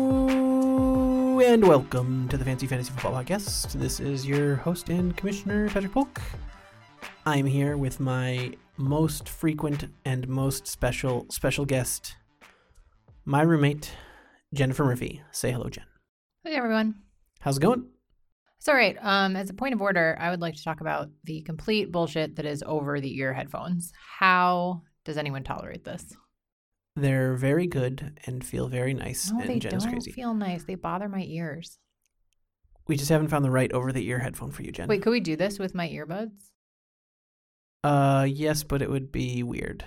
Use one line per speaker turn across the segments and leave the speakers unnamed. Hello and welcome to the Fancy Fantasy Football Podcast. This is your host and commissioner, Patrick Polk. I'm here with my most frequent and most special special guest, my roommate, Jennifer Murphy. Say hello, Jen.
Hey everyone.
How's it going?
It's all right. Um, as a point of order, I would like to talk about the complete bullshit that is over the ear headphones. How does anyone tolerate this?
They're very good and feel very nice.
No,
and
they
Jen
don't
is crazy.
feel nice. They bother my ears.
we just haven't found the right over the ear headphone for you, Jen.
Wait, could we do this with my earbuds?
Uh, yes, but it would be weird.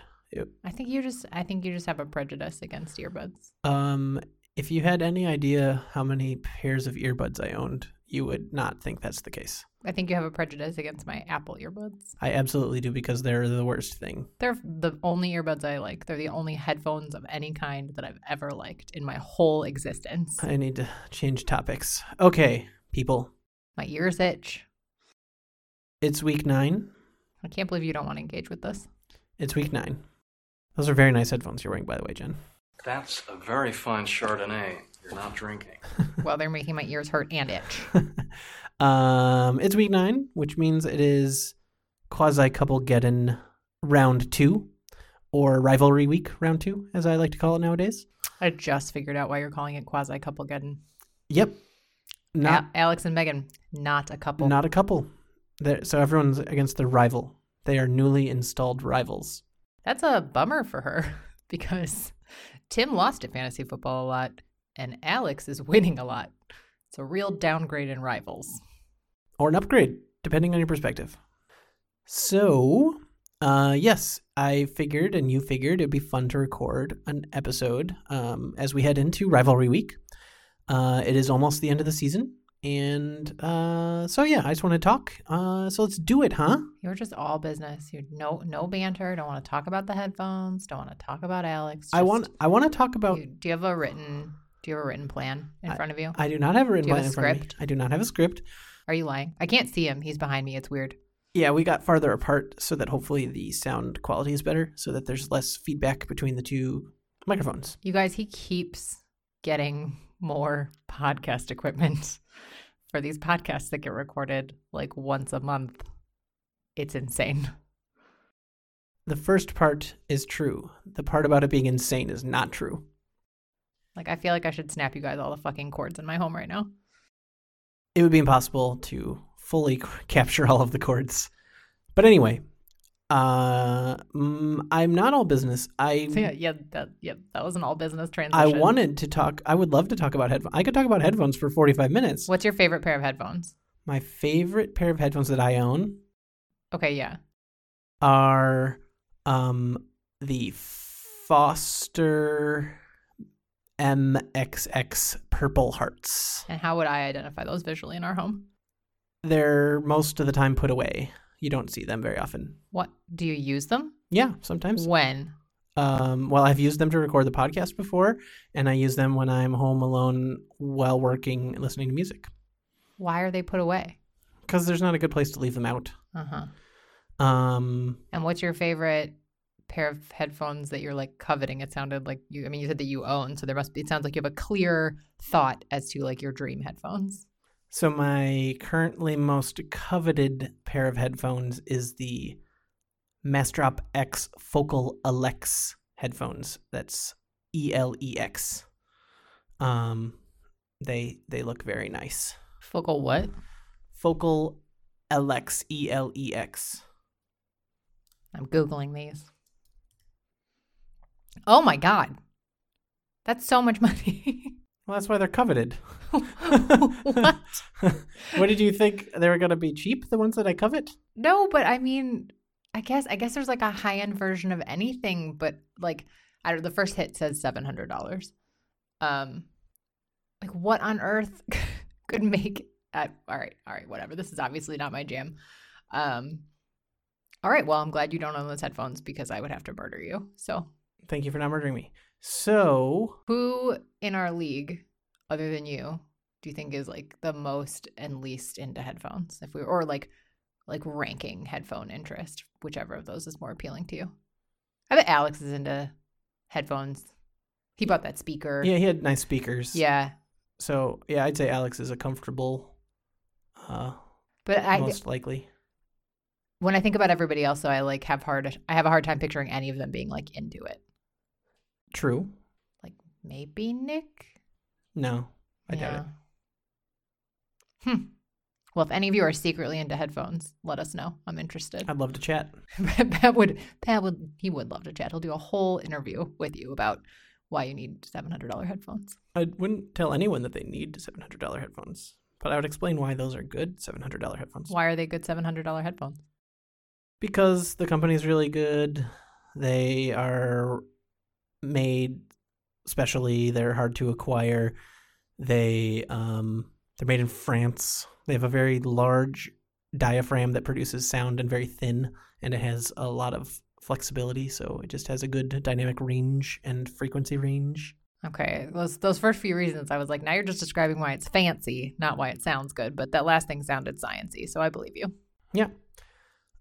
I think you just I think you just have a prejudice against earbuds.
Um, if you had any idea how many pairs of earbuds I owned, you would not think that's the case.
I think you have a prejudice against my Apple earbuds.
I absolutely do because they're the worst thing.
They're the only earbuds I like. They're the only headphones of any kind that I've ever liked in my whole existence.
I need to change topics. Okay, people,
My ears itch.
it's week nine.
I can't believe you don't want to engage with this.
It's week nine. Those are very nice headphones you're wearing, by the way, Jen.
That's a very fine Chardonnay you're not drinking.
well, they're making my ears hurt and itch.
um, it's week nine, which means it is quasi couple geddon round two, or rivalry week round two, as I like to call it nowadays.
I just figured out why you're calling it quasi couple getting.
Yep. Not
Alex and Megan, not a couple.
Not a couple. they so everyone's against their rival. They are newly installed rivals.
That's a bummer for her because Tim lost at fantasy football a lot and Alex is winning a lot. It's a real downgrade in rivals.
Or an upgrade, depending on your perspective. So, uh, yes, I figured and you figured it'd be fun to record an episode um, as we head into Rivalry Week. Uh, it is almost the end of the season. And uh, so, yeah, I just want to talk. Uh, so let's do it, huh?
You're just all business. You no no banter. Don't want to talk about the headphones. Don't want to talk about Alex.
I
Just-
want I want to talk about
You, do you have a written? Do you have a written plan in front of you?
I do not have a written
Do you have
plan
a
in front of me.
script?
I do not have a script.
Are you lying? I can't see him. He's behind me. It's weird.
Yeah, we got farther apart so that hopefully the sound quality is better so that there's less feedback between the two microphones.
You guys, he keeps getting more podcast equipment for these podcasts that get recorded like once a month. It's insane.
The first part is true. The part about it being insane is not true.
Like, I feel like I should snap you guys all the fucking cords in my home right now.
It would be impossible to fully c- capture all of the chords. But anyway, uh, mm, I'm not all business. I
So yeah, yeah, that, yeah, that was an all
I
business transition.
wanted to talk. I would love to talk about headphones. I could talk about headphones for 45 minutes.
What's your favorite pair of headphones?
My favorite pair of headphones that I own
Okay, yeah.
are um, the Foster MXX Purple Hearts.
And how would I identify those visually in our home?
They're most of the time put away. You don't see them very often.
What do you use them?
Yeah, sometimes.
When?
Um, well, I've used them to record the podcast before, and I use them when I'm home alone while working and listening to music
Why are they put away?
because there's not a good place to leave them out.
Uh huh.
Um,
And what's your favorite pair of headphones that you're like coveting? It sounded like you, I mean, you said that you own, so there must be, it sounds like you have a clear thought as to like your dream headphones.
So my currently most coveted pair of headphones is the Mastrop X Focal Alex headphones. That's E L E X. Um, they they look very nice.
Focal what?
Focal Alex E L E X.
I'm Googling these. Oh my God. That's so much money.
Well, that's why they're coveted.
what?
what did you think they were gonna be cheap? The ones that I covet?
No, but I mean, I guess, I guess there's like a high end version of anything, but like, I don't, the first hit says $700. Um, like what on earth could make uh, all right all right whatever this is obviously not my jam um all right well i'm glad you don't own those headphones because i would have to murder you so
Thank you for not murdering me. So
who in our league other than you do you think is like the most and least into headphones if we or like like ranking headphone interest whichever of those is more appealing to you i bet alex is into headphones He bought that speaker.
Yeah, he had nice speakers.
Yeah.
So yeah, I'd say Alex is a comfortable, uh,
But I
most likely.
when I think about everybody else, though, I like have hard I have a hard time picturing any of them being like into it.
True.
Maybe Nick.
No, I doubt it.
it. Hmm. Well, if any of you are secretly into headphones, let us know. I'm interested.
I'd love to chat.
Pat would Pat would he would love to chat. He'll do a whole interview with you about why you need seven hundred dollar headphones.
I wouldn't tell anyone that they need seven hundred dollar headphones, but I would explain why those are good seven hundred dollar headphones.
Why are they good seven hundred dollar headphones?
Because the company's really good. They are made specially. They're hard to acquire. They um they're made in France. They have a very large diaphragm that produces sound and very thin and it has a lot of flexibility, so it just has a good dynamic range and frequency range.
Okay, those those first few reasons, I was like, now you're just describing why it's fancy, not why it sounds good. But that last thing sounded sciency, so I believe you.
Yeah.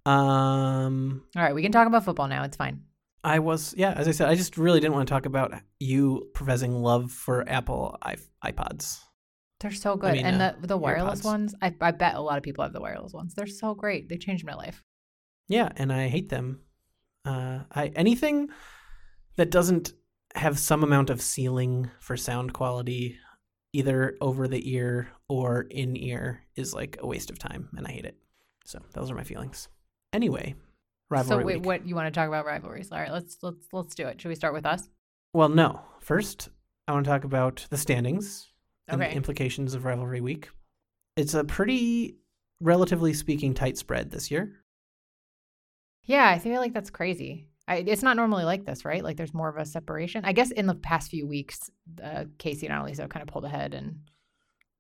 Um
All right, we can talk about football now. It's fine.
I was, yeah, as I said, I just really didn't want to talk about you professing love for Apple i- iPods.
They're so good,
mean,
and
uh,
the the wireless
earpods.
ones. I I bet a lot of people have the wireless ones. They're so great. They changed my life.
Yeah, and I hate them. Uh, I anything that doesn't have some amount of ceiling for sound quality, either over the ear or in ear, is like a waste of time, and I hate it. So those are my feelings. Anyway, rivalry.
so wait,
week.
what you want to talk about rivalries? All right, let's let's let's do it. Should we start with us?
Well, no. First, I want to talk about the standings and the
Okay.
implications of rivalry week. It's a pretty, relatively speaking, tight spread this year.
Yeah, I feel like that's crazy. I, it's not normally like this, right? Like there's more of a separation. I guess in the past few weeks, uh, Casey and Annalisa kind of pulled ahead, and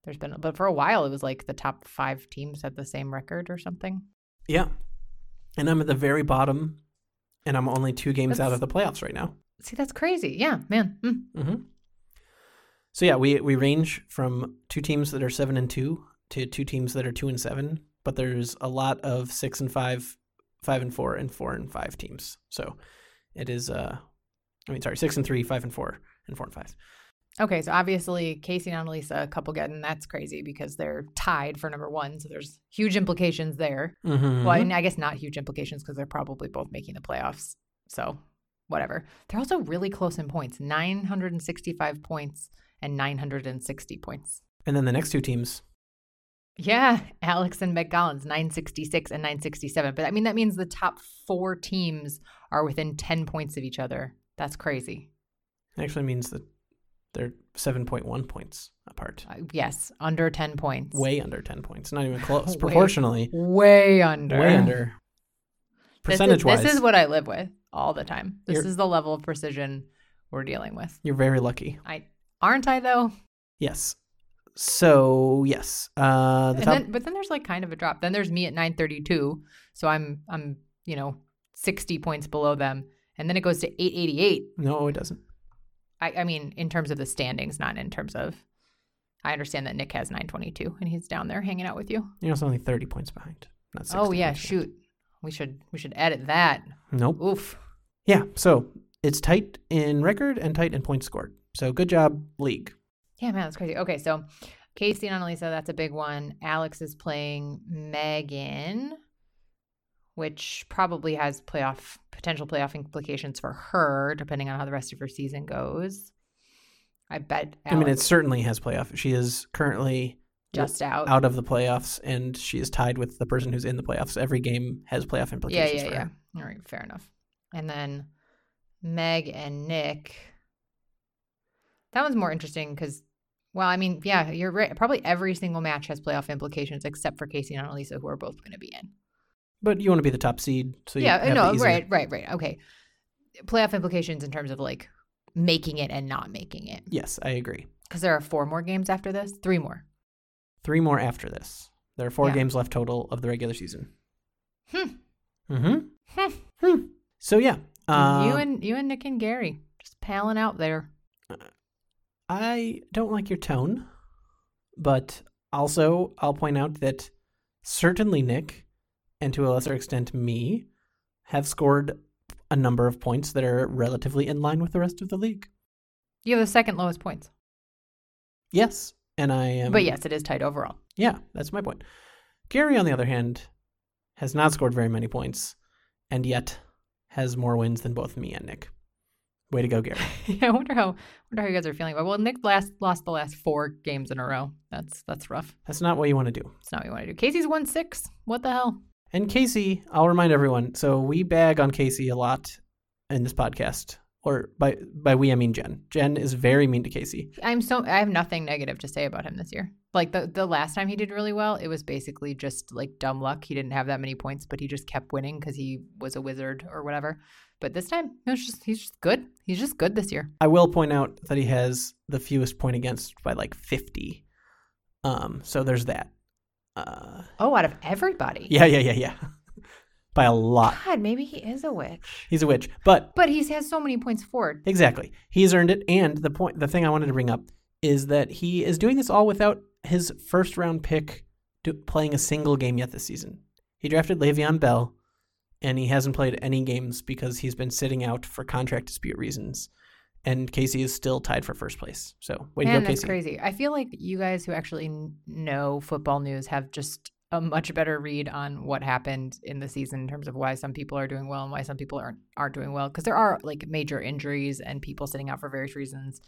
there's been, but for a while it was like the top five teams had the same record or something.
Yeah, and I'm at the very bottom, and I'm only two games out
That's-
of the playoffs right now.
See, that's crazy. Yeah, man. Mm.
hmm So yeah, we we range from two teams that are seven and two to two teams that are two and seven, but there's a lot of six and five, five and four, and four and five teams. So it is uh, I mean sorry, six and three, five and four, and four and five.
Okay, so obviously Casey and Annalisa, a couple getting that's crazy because they're tied for number one. So there's huge implications there.
Mm-hmm.
Well, and I guess not huge implications because they're probably both making the playoffs. So whatever. They're also really close in points 965 points and 960 points.
And then the next two teams.
Yeah, Alex and Meg Collins, 966 and 967. But I mean, that means the top four teams are within 10 points of each other. That's crazy.
actually means that they're 7.1 points apart,
Uh, yes, under 10 points.
way under 10 points, not even close.
Way-
Proportionally,
way under.
way under.
This is-
Percentage wise,
This is what I live with all the time. This
You're-
is the level of precision we're dealing with.
you're very lucky.
I aren't I though?
Yes. So, yes. Uh, the
And
top,
then, but then there's like kind of a drop. Then there's me at 932, so I'm I'm you know 60 points below them, and then it goes to 888.
no, it doesn't.
I, I mean, in terms of the standings, not in terms of. I understand that Nick has 922, and he's down there hanging out with you.
You're also only 30 points behind. Not 60
Oh yeah,
points behind.
shoot. We should we should edit that.
Nope.
Oof.
Yeah. So it's tight in record and tight in points scored. So good job, league.
Yeah, man, that's crazy. Okay, so Casey and Annalisa, that's a big one. Alex is playing Megan, which probably has playoff potential playoff implications for her, depending on how the rest of her season goes. I bet Alex
I mean, it certainly has playoff. She is currently
just out.
out of the playoffs, and she is tied with the person who's in the playoffs. Every game has playoff
yeah,
implications
yeah,
for
yeah.
her.
All right, fair enough. And then Meg and Nick. That one's more interesting because, well, I mean, yeah, you're right. Probably every single match has playoff implications except for Casey and Annalisa, who are both going to be in.
But you want to be the top seed, so you
yeah,
have
no,
the easier-
right, right, right. Okay. Playoff implications in terms of like making it and not making it.
Yes, I agree.
Because there are four more games after this, three more.
Three more after this. There are four
Yeah.
games left total of the regular season.
Hmm.
hmm
Hmm.
Hmm. So yeah, uh,
you and you and Nick and Gary just palling out there.
I don't like your tone, but also I'll point out that certainly Nick, and to a lesser extent me, have scored a number of points that are relatively in line with the rest of the league.
You have the second lowest points.
Yes, and I am.
but yes, it is tied overall.
Yeah, that's my point. Gary, on the other hand, has not scored very many points, and yet has more wins than both me and Nick. Way to go, Gary.
I wonder how wonder how you guys are feeling. Well, Nick last lost the last four games in a row. That's that's rough.
That's not what you want to do.
It's not what you want to do. Casey's won six. What the hell?
And Casey, I'll remind everyone. So we bag on Casey a lot in this podcast, or by by we I mean Jen. Jen is very mean to Casey.
I'm so I have nothing negative to say about him this year. Like the the last time he did really well, it was basically just like dumb luck. He didn't have that many points, but he just kept winning because he was a wizard or whatever. But this time, it was just he's just good. He's just good this year.
I will point out that he has the fewest point against by like fifty. Um, so there's that. Uh,
Oh, out of everybody.
yeah, yeah, yeah, yeah. by a lot.
God, maybe he is a witch.
He's a witch, but
But he's has so many points forward.
Exactly. He's earned it. And the point, the thing I wanted to bring up is that he is doing this all without his first round pick do, playing a single game yet this season. He drafted Le'Veon Bell, and he hasn't played any games because he's been sitting out for contract dispute reasons. And Casey is still tied for first place. So way to
Man,
go,
that's
Casey.
crazy. I feel like you guys who actually kn- know football news have just a much better read on what happened in the season in terms of why some people are doing well and why some people aren't aren't doing well because there are like major injuries and people sitting out for various reasons.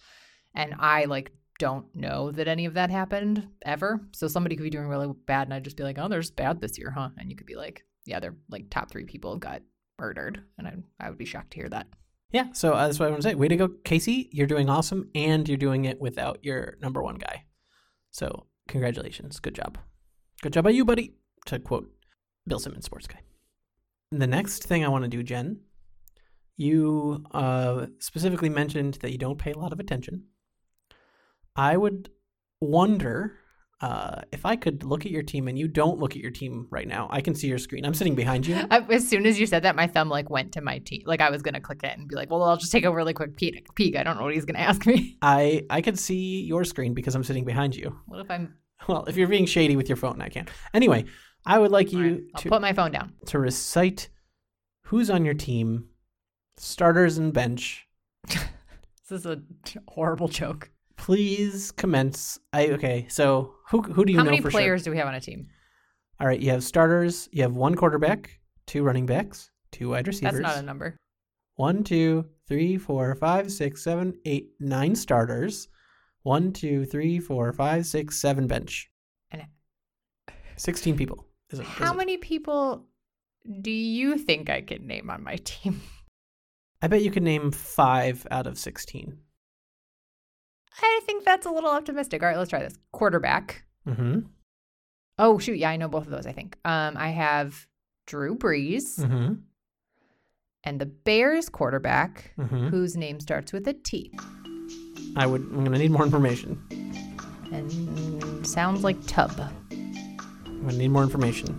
And I like don't know that any of that happened ever. So somebody could be doing really bad and I'd just be like, "Oh, they're just bad this year, huh?" And you could be like, "Yeah, they're like top 3 people got murdered." And I I would be shocked to hear that.
Yeah. So uh, that's what I want to say. Way to go, Casey. You're doing awesome, and you're doing it without your number one guy. So congratulations. Good job. Good job by you, buddy. To quote Bill Simmons, sports guy. The next thing I want to do, Jen, you uh, specifically mentioned that you don't pay a lot of attention. I would wonder uh, if I could look at your team, and you don't look at your team right now. I can see your screen. I'm sitting behind you.
I, as soon as you said that, my thumb like went to my teeth. Like I was gonna click it and be like, "Well, I'll just take a really quick peek." peek. I don't know what he's gonna ask me.
I I could see your screen because I'm sitting behind you.
What if I'm?
Well, if you're being shady with your phone, I can't. Anyway, I would like
all right,
you
I'll
to,
put my phone down.
to recite who's on your team, starters and bench.
This is a t- horrible joke.
Please commence. I okay. So who who do you
How
know
many
for
players do we have on a team?
sure? All right, you have starters. You have one quarterback, two running backs, two wide
That's
receivers.
not a number.
One, two, three, four, five, six, seven, eight, nine starters. One, two, three, four, five, six, seven bench.
And-
Sixteen people. Is it, is
How
it-
many people do you think I could name on my team?
I bet you can name five out of sixteen.
I think that's a little optimistic. All right, let's try this. Quarterback.
Mm-hmm.
Oh shoot, yeah, I know both of those. I think. Um, I have Drew Brees
Mm-hmm.
and the Bears quarterback,
Mm-hmm.
whose name starts with a T.
I would. I'm gonna need more information.
and sounds like tub.
I'm gonna need more information.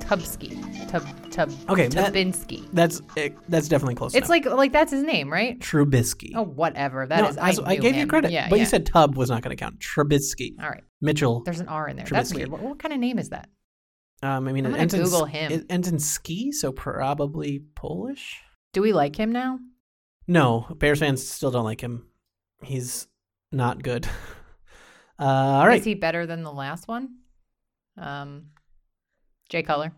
Tubski. Tub tub
Okay, that-
Tubinski.
That's eh, that's definitely close.
It's like like that's his name, right?
Trubisky.
Oh whatever. That
No,
is.
that's-
I,
I,
knew
gave you
him.
credit,
Yeah,
but
yeah.
you said Tub was not gonna count. Trubisky.
All right.
Mitchell.
There's an R in there. That's
Trubisky.
weird. What, what kind of name is that?
um, I mean,
I'm
it
gonna
ends in
Google
s-
him.
It ends in ski, so probably Polish.
Do we like him now?
No, Bears fans still don't like him. He's not good. uh, all right.
Is he better than the last one? Um, Jay Cutler.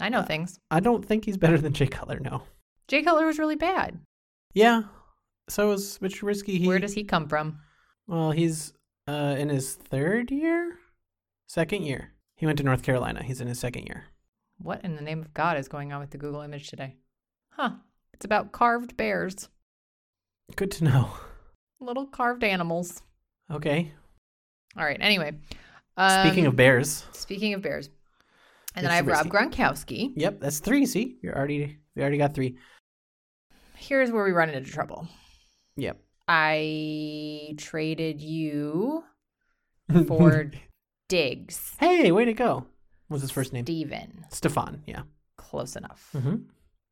I
Uh,
know things.
I don't think he's better than Jay Cutler. No.
Jay Cutler was really bad.
Yeah. So is Mitch Trubisky. He,
Where does he come from?
Well, he's uh, in his third year, second year. He went to North Carolina. He's in his second year.
What in the name of God is going on with the Google image today? Huh. It's about carved bears,
Good to know.
little carved animals.
Okay.
All right. Anyway, um,
Speaking of bears,
speaking of bears, and then I have
Mitch
Rob Gronkowski.
yep, that's three. See, you're already we already got three.
Here's where we run into trouble.
Yep.
I traded you for Diggs,
hey, way to go. What's his first name?
Steven.
Stefan. Yeah.
Close enough.
hmm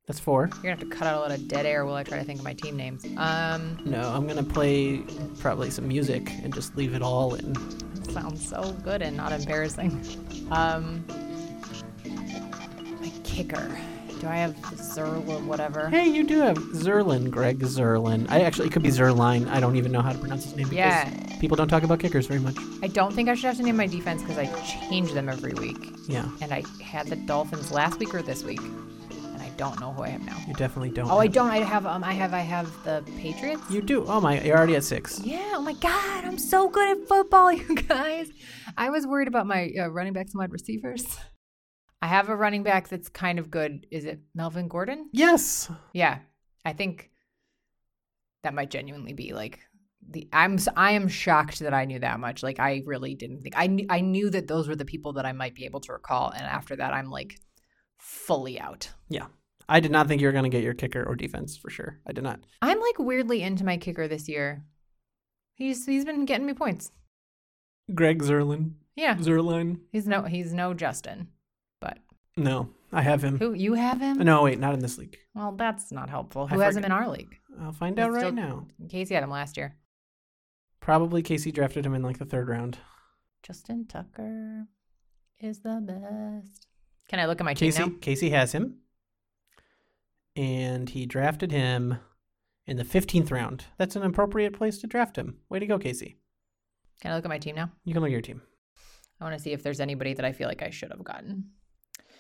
That's four.
You're gonna have to cut out a lot of dead air while I try to think of my team names. Um,
No, I'm gonna play probably some music and just leave it all in.
that sounds so good and not embarrassing. Um, my kicker Do I have Zerl or whatever?
Hey, you do have Zerlin, Greg Zerlin. I actually it could be Zerline. I don't even know how to pronounce his name because
Yeah.
people don't talk about kickers very much.
I don't think I should have to name my defense because I change them every week.
Yeah,
And I had the Dolphins last week or this week, and I don't know who I have now.
you definitely don't.
Oh, I
have-
don't. I have um. I have. I have the Patriots.
You do. Oh my, you're already at six.
Yeah. Oh my God. I'm so good at football, you guys. I was worried about my uh, running backs and wide receivers. I have a running back that's kind of good. Is it Melvin Gordon?
Yes.
Yeah. I think that might genuinely be like the I'm s- I am shocked that I knew that much. Like I really didn't think I knew, I knew that those were the people that I might be able to recall and after that I'm like fully out.
I did not think you were going to get your kicker or defense for sure. I did not.
I'm like weirdly into my kicker this year. He's he's been getting me points.
Greg Zerlin.
Yeah.
Zerline.
He's no he's no Justin. But
No, I have him.
who you have him?
No, wait, not in this league.
Well, that's not helpful.
I
Who has him
forget-
in our league?
I'll find
He's
out right
still-
now.
Casey had him last year.
Probably Casey drafted him in like the third round.
Justin Tucker is the best. Can I look at my team
Casey
now?
Casey has him, and he drafted him in the fifteenth round. That's an appropriate place to draft him. Way to go, Casey.
Can I look at my team now?
You can look at your team.
I want to see if there's anybody that I feel like I should have gotten.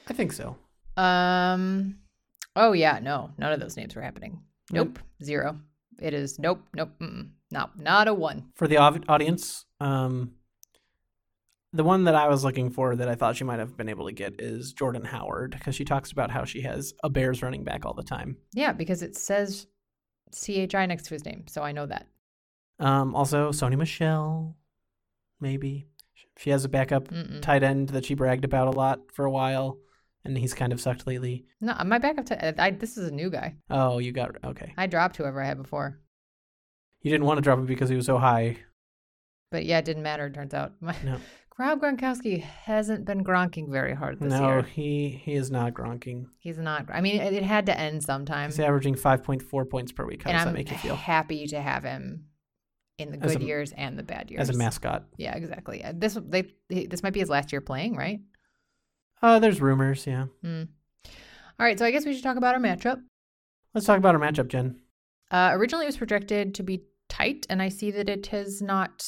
I think so.
Um. Oh yeah, no, none of those names were happening. Nope,
Nope.
zero. It is nope, nope, mm, not not a one.
For the au- audience, um, the one that I was looking for that I thought she might have been able to get is Jordan Howard because she talks about how she has a Bears running back all the time.
Yeah, because it says CHI next to his name, so I know that.
Um, also, Sony Michelle, maybe she has a backup
Mm-mm.
tight end that she bragged about a lot for a while, and he's kind of sucked lately.
No, uh, my backup. T- I, I, this is a new guy.
Oh, you got okay.
I dropped whoever I had before,
You didn't want to drop him because he was so high.
but yeah, it didn't matter. it Turns out, my,
No.
Rob Gronkowski hasn't been gronking very hard this
no,
year.
he he is not gronking.
He's not. I mean, it, it had to end sometime.
He's averaging five point four points per week. How
and
does
I'm
that make you feel
happy to have him in the
As
good
a-
years and the bad years.
as a mascot?
Yeah, exactly. Uh, This they he- this might be his last year playing, right?
Uh, there's rumors. Yeah,
Mm. All right, so I guess we should talk about our matchup.
let's talk about our matchup, Jen.
Uh, originally, it was projected to be tight, and I see that it has not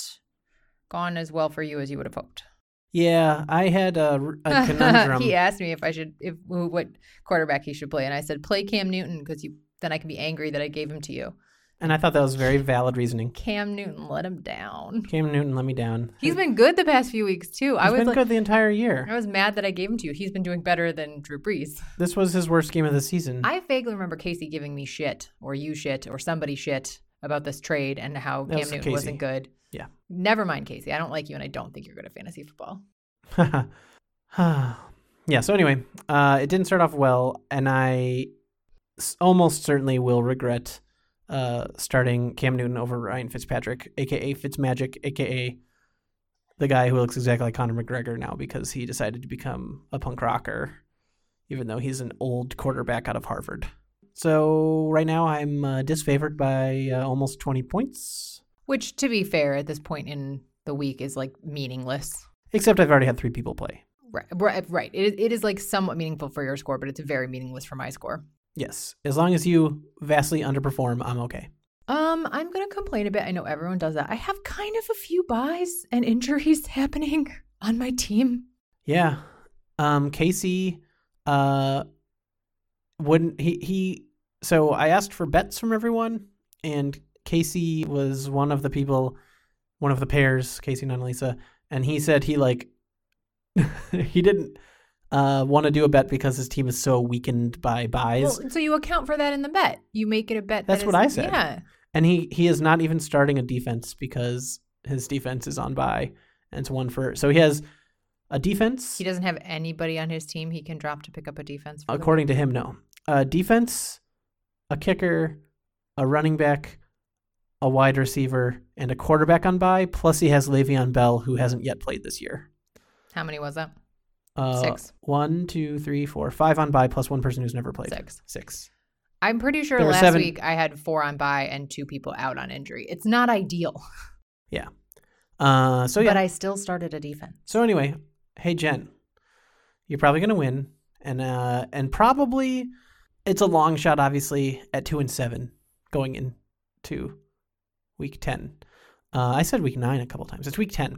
gone as well for you as you would have hoped.
Yeah, I had a, r- a conundrum.
he asked me if I should if who- what quarterback he should play, and I said play Cam Newton because you then I can be angry that I gave him to you.
and I thought that was very valid reasoning.
Cam Newton let him down.
Cam Newton let me down.
He's been good the past few weeks too. I
He's
was
been
like,
good the entire year.
I was mad that I gave him to you. He's been doing better than Drew Brees.
This was his worst game of the season.
I vaguely remember Casey giving me shit, or you shit, or somebody shit about this trade and how
That
Cam
was
Newton
Casey.
wasn't good.
Yeah.
Never mind, Casey. I don't like you, and I don't think you're good at fantasy football.
yeah, so anyway, uh, it didn't start off well, and I s- almost certainly will regret uh, starting Cam Newton over Ryan Fitzpatrick, aka Fitzmagic, aka the guy who looks exactly like Conor McGregor now because he decided to become a punk rocker, even though he's an old quarterback out of Harvard. So right now I'm uh, disfavored by uh, almost 20 points,
Which, to be fair, at this point in the week is like meaningless.
except I've already had three people play.
Right. Right. right. It, it is like somewhat meaningful for your score, but it's very meaningless for my score.
Yes, as long as you vastly underperform, I'm okay.
Um, I'm gonna complain a bit. I know everyone does that. I have kind of a few buys and injuries happening on my team.
Yeah. Um Casey uh wouldn't he he so I asked for bets from everyone and Casey was one of the people one of the pairs, Casey and Annalisa, and he said he like he didn't uh want to do a bet because his team is so weakened by buys.
Well, so you account for that in the bet. You make it a bet. that
That's what
is-
I said.
Yeah.
and he he is not even starting a defense because his defense is on buy and it's one for so he has a defense
He doesn't have anybody on his team he can drop to pick up a defense. for the-
According to him, no. Uh, defense, a kicker, a running back, a wide receiver, and a quarterback on bye. Plus, he has Le'Veon Bell, who hasn't yet played this year.
How many was that?
Uh,
Six.
One, two, three, four, five on bye, plus one person who's never played.
Six.
Six.
I'm pretty sure
There were
last
seven.
week I had four on bye and two people out on injury. It's not ideal,
Uh, so Oh, yeah.
but I still started a defense.
so anyway, hey Jen, you're probably gonna win, and uh, and probably it's a long shot, obviously, at two and seven going into week ten. Uh, I said week nine a couple times. It's week ten.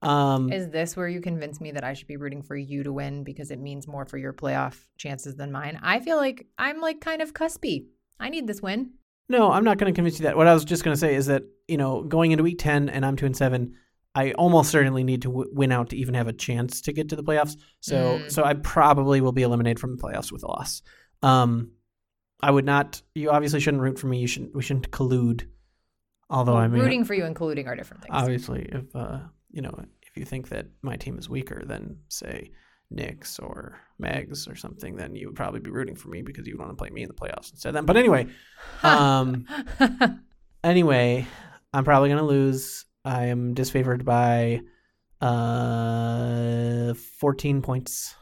Um,
Is this where you convince me that I should be rooting for you to win because it means more for your playoff chances than mine? I feel like I'm like kind of cuspy. I need this win.
No, I'm not going to convince you that. What I was just going to say is that you know, going into week ten, and I'm two and seven. I almost certainly need to w- win out to even have a chance to get to the playoffs. So,
Mm.
so I probably will be eliminated from the playoffs with a loss. Um, I would not. You obviously shouldn't root for me. You shouldn't. We shouldn't collude. Although I mean,
rooting for you and colluding are different things.
obviously, if uh, you know, if you think that my team is weaker than say Knicks or Megs or something, then you would probably be rooting for me because you would want to play me in the playoffs instead of them. But anyway, um. anyway, I'm probably gonna lose. I am disfavored by uh 14 points.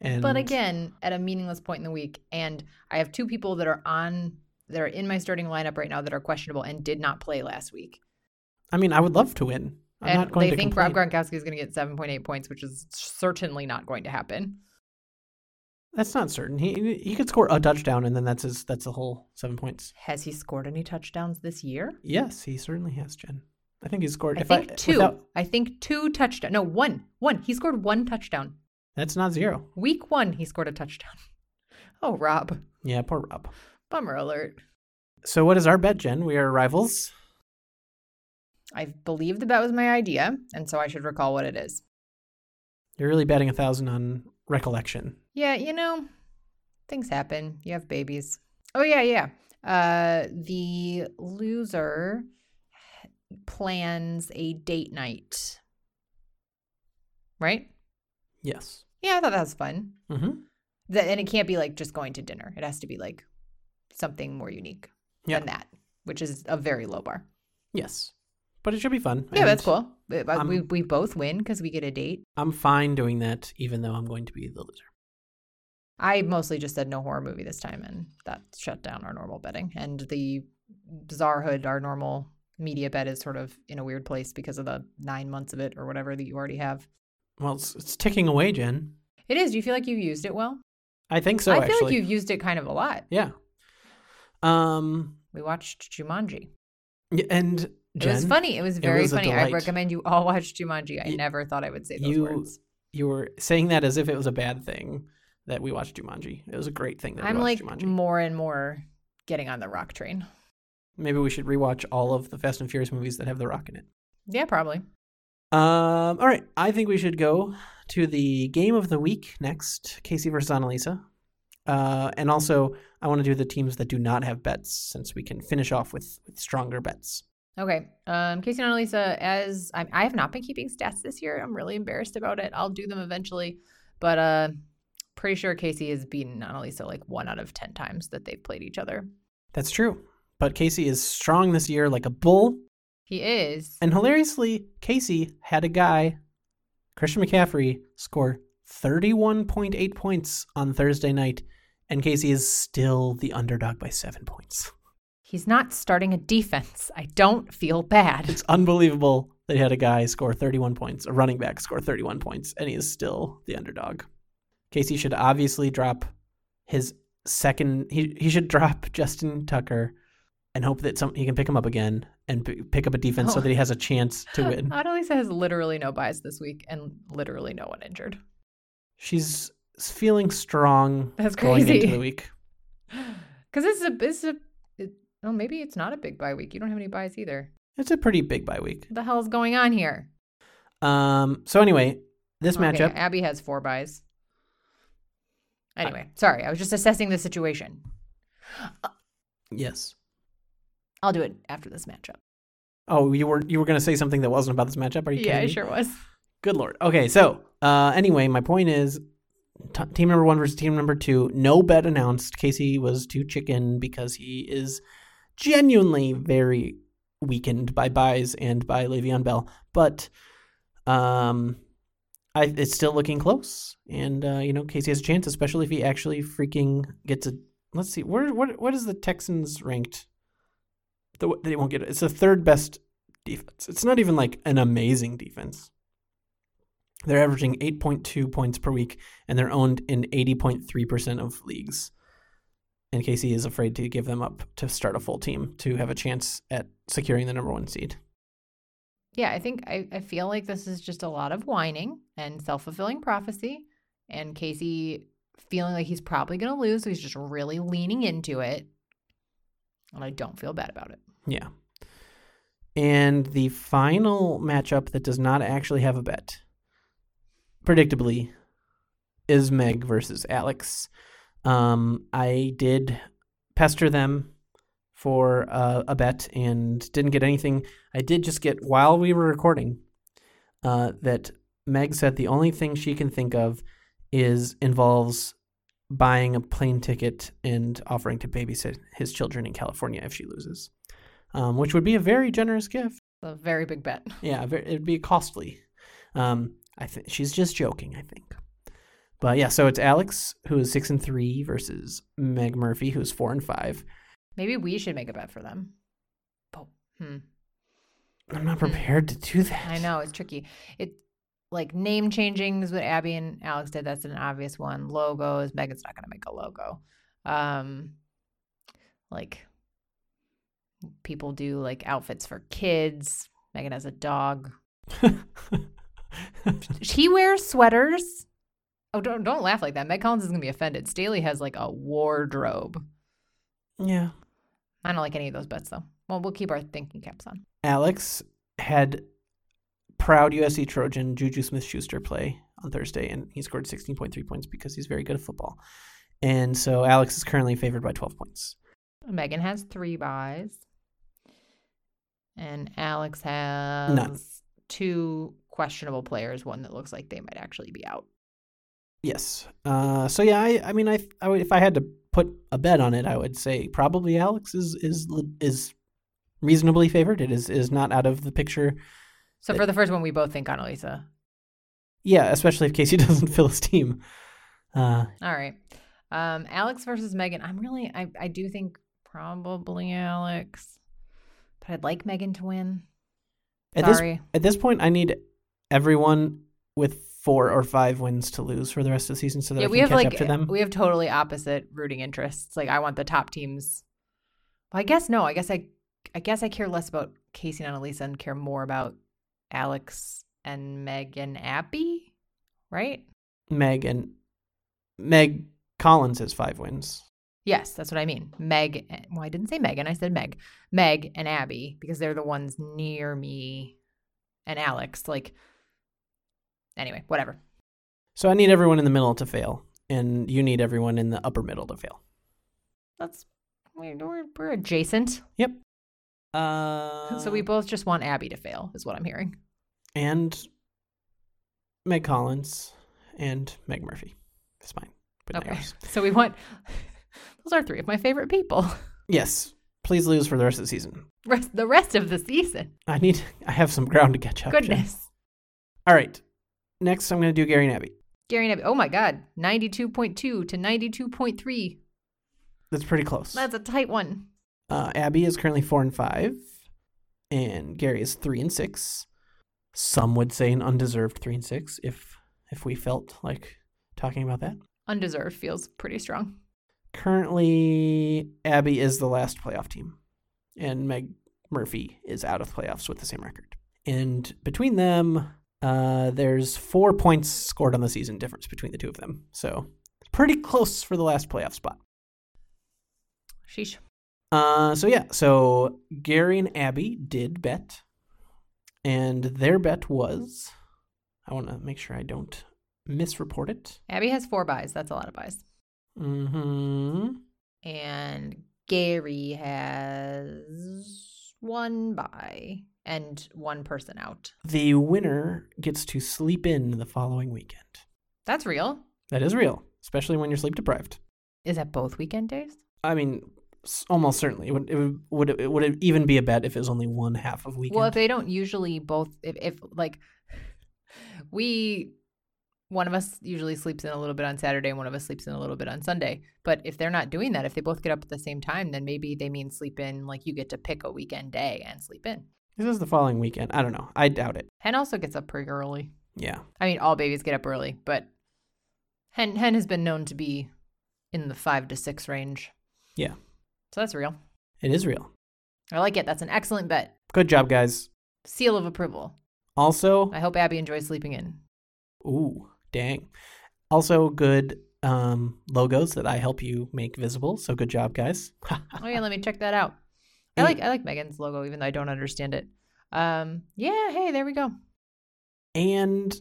And
but again, at a meaningless point in the week, and I have two people that are on that are in my starting lineup right now that are questionable and did not play last week.
I mean, I would love to win. I'm
and
not going
they
to
think
complain.
Rob Gronkowski is going to get 7.8 points, which is certainly not going to happen.
That's not certain. He he could score a touchdown, and then that's his that's the whole seven points.
Has he scored any touchdowns this year?
Yes, he certainly has, Jen. I think he scored.
I
if
think
I,
two.
without-
I think two touchdowns. No, one. One. He scored one touchdown.
that's not zero.
Week one, he scored a touchdown. Oh, Rob.
Yeah, poor Rob.
Bummer alert.
So what is our bet, Jen? We are rivals.
I believe the bet was my idea, and so I should recall what it is.
You're really betting a thousand on recollection.
Yeah, you know, things happen. You have babies. Oh, yeah, yeah. Uh, the loser plans a date night. Right?
Yes.
Yeah, I thought that was fun.
Mm-hmm.
That, and it can't be like just going to dinner. It has to be like something more unique
Yeah.
than that, which is a very low bar.
Yes. But it should be fun.
Yeah, that's
and-
cool. Uh, but we
I'm-
we both win because we get a date.
I'm fine doing that, even though I'm going to be the loser.
I mostly just said no horror movie this time, and that shut down our normal betting. And the bizarrehood, our normal media bet, is sort of in a weird place because of the nine months of it or whatever that you already have.
Well, it's, it's ticking away, Jen.
It is. Do you feel like you've used it well?
I think so.
I feel
actually,
like you've used it kind of a lot.
yeah. Um,
We watched Jumanji.
y- and Jen,
it was funny. It was very
was a
funny. I
delight.
recommend you all watch Jumanji. I
Y-
never thought I would say those
you-
words.
you were saying that as if it was a bad thing that we watched Jumanji. It was a great thing that
I'm
we
like
watched Jumanji.
more and more getting on the rock train.
Maybe we should rewatch all of the Fast and Furious movies that have The Rock in it.
Yeah, probably.
Um, all right, I think we should go to the game of the week next, Casey versus Annalisa. Uh, and also, I want to do the teams that do not have bets, since we can finish off with, with stronger bets.
Okay. Um, Casey and Annalisa, as I, I have not been keeping stats this year, I'm really embarrassed about it. I'll do them eventually, but uh, pretty sure Casey has beaten Annalisa like one out of 10 times that they've played each other.
That's true. But Casey is strong this year like a bull.
He is.
And hilariously, Casey had a guy, Christian McCaffrey, score 31.8 points on Thursday night. And Casey is still the underdog by seven points.
He's not starting a defense. I don't feel bad.
It's unbelievable that he had a guy score 31 points, a running back score 31 points, and he is still the underdog. Casey should obviously drop his second. He he should drop Justin Tucker, and hope that some he can pick him up again and p- pick up a defense so
Oh.
that he has a chance to win.
Annalisa has literally no buys this week and literally no one injured.
She's s- feeling strong
That's
going into
crazy.
the week.
Because this is a, this is a, it, well, maybe it's not a big bye week. You don't have any buys either.
It's a pretty big bye week.
What the hell is going on here?
Um. So anyway, this
Okay,
matchup.
Abby has four buys. Anyway, sorry, I was just assessing the situation.
Yes.
I'll do it after this matchup.
Oh, you were you were gonna say something that wasn't about this matchup? Are you
Yeah,
kidding
I
me?
sure was.
Good lord. Okay, so uh, anyway, my point is, t- team number one versus team number two. No bet announced. Casey was too chicken because he is genuinely very weakened by buys and by Le'Veon Bell. But um, I, it's still looking close, and uh, you know Casey has a chance, especially if he actually freaking gets a. Let's see, where what what is the Texans ranked? The, they won't get it. It's the third best defense. It's not even like an amazing defense. They're averaging 8.2 points per week, and they're owned in 80.3% of leagues. And KC is afraid to give them up to start a full team to have a chance at securing the number one seed.
Yeah, I think I, I feel like this is just a lot of whining and self fulfilling prophecy, and Casey feeling like he's probably going to lose. So he's just really leaning into it. And I don't feel bad about it.
Yeah. And the final matchup that does not actually have a bet, predictably, is Meg versus Alex. Um, I did pester them for uh, a bet and didn't get anything. I did just get, while we were recording, uh, that Meg said the only thing she can think of is involves buying a plane ticket and offering to babysit his children in California if she loses, um, which would be a very generous gift.
A very big bet.
Yeah, ver- it'd be costly. Um, I think she's just joking. I think, but yeah. So it's Alex who is six and three versus Meg Murphy who's four and five.
Maybe we should make a bet for them. But, hmm.
I'm not prepared to do that.
I know it's tricky. It like name changing is what Abby and Alex did. That's an obvious one. Logos. Megan's not gonna make a logo. Um, like people do like outfits for kids. Megan has a dog. She wears sweaters. Oh, don't don't laugh like that. Meg Collins is gonna be offended. Staley has like a wardrobe.
yeah.
I don't like any of those bets though. Well, we'll keep our thinking caps on.
Alex had proud USC Trojan Juju Smith Schuster play on Thursday, and he scored 16.3 points because he's very good at football. And so Alex is currently favored by 12 points.
Megan has three buys, and Alex has two questionable players. One that looks like they might actually be out.
Yes. Uh, so yeah, I, I mean, I, I would, if I had to put a bet on it, I would say probably Alex is is is reasonably favored. It is is not out of the picture.
So for the first one, we both think Annalisa.
Yeah, especially if Casey doesn't fill his team. Uh,
All right, um, Alex versus Megan. I'm really, I, I do think probably Alex, but I'd like Megan to win.
at this
Sorry.
At this point, I need everyone with four or five wins to lose for the rest of the season so that
yeah,
I can
we have
catch
like
up to them.
we have totally opposite rooting interests. Like I want the top teams. Well, I guess no. I guess I I guess I care less about Casey and Annalisa and care more about Alex and Meg and Abby, right?
Meg and Meg Collins has five wins.
Yes, that's what I mean. Meg. and- Well, I didn't say Megan. I said Meg. Meg and Abby because they're the ones near me and Alex. Like anyway, whatever.
So I need everyone in the middle to fail, and you need everyone in the upper middle to fail.
That's we're we're, we're adjacent,
Yep. Uh,
so we both just want Abby to fail, is what I'm hearing.
and Meg Collins and Meg Murphy. It's mine, but not
Okay.
yours.
So we want those are three of my favorite people.
Yes. Please lose for the rest of the season.
Rest, the rest of the season.
I need. I have some ground to catch up. to.
Goodness.
All right. Next, I'm going to do Gary and Abby.
Gary Neville. Oh my God. 92.2 to 92.3.
That's pretty close.
That's a tight one.
Uh, Abby is currently four and five, and Gary is three and six. Some would say an undeserved three and six if if we felt like talking about that.
Undeserved feels pretty strong.
Currently, Abby is the last playoff team, and Meg Murphy is out of playoffs with the same record. And between them, uh, there's four points scored on the season difference between the two of them. So pretty close for the last playoff spot.
Sheesh.
Uh, so yeah, so Gary and Abby did bet, and their bet was, I want to make sure I don't misreport it.
Abby has four buys. That's a lot of buys.
Hmm.
And Gary has one buy and one person out.
The winner gets to sleep in the following weekend.
That's real.
That is real, especially when you're sleep deprived.
Is that both weekend days?
I mean, s- almost certainly. It would it would, would it, would it even be a bet if it was only one half of weekend?
Well, if they don't usually both, if, if like we, one of us usually sleeps in a little bit on Saturday and one of us sleeps in a little bit on Sunday. But if they're not doing that, if they both get up at the same time, then maybe they mean sleep in, like you get to pick a weekend day and sleep in.
this is the following weekend. I don't know. I doubt it.
Hen also gets up pretty early.
Yeah.
I mean, all babies get up early, but hen hen has been known to be in the five to six range.
Yeah.
So that's real.
It is real.
I like it. That's an excellent bet.
Good job, guys.
Seal of approval.
Also,
I hope Abby enjoys sleeping in.
ooh, dang. Also, good um, logos that I help you make visible. So good job, guys.
Oh yeah, let me check that out. I
Hey.
like I like Megan's logo, even though I don't understand it. Um, yeah, hey, there we go.
And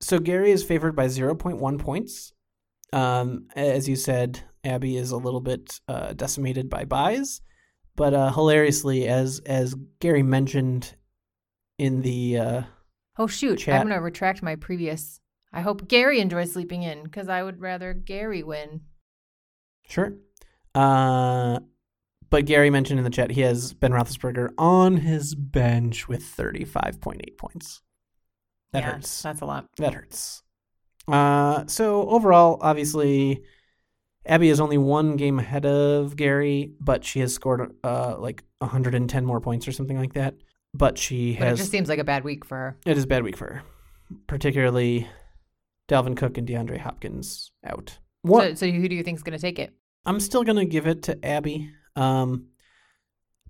so Gary is favored by 0.1 points. Um, as you said, Abby is a little bit uh, decimated by buys, but uh, hilariously, as as Gary mentioned in the uh,
Oh shoot,
Chat.
I'm gonna retract my previous. I hope Gary enjoys sleeping in because I would rather Gary win.
sure, uh, but Gary mentioned in the chat he has Ben Roethlisberger on his bench with 35.8 points. That
yeah,
hurts.
That's a lot.
That hurts. Uh, so overall, obviously, Abby is only one game ahead of Gary, but she has scored uh, like 110 more points or something like that. But she
But it
has.
just seems like a bad week for her.
it is a bad week for her, particularly Dalvin Cook and DeAndre Hopkins out. What
So, so who do you think's gonna take it?
I'm still gonna give it to Abby. Um,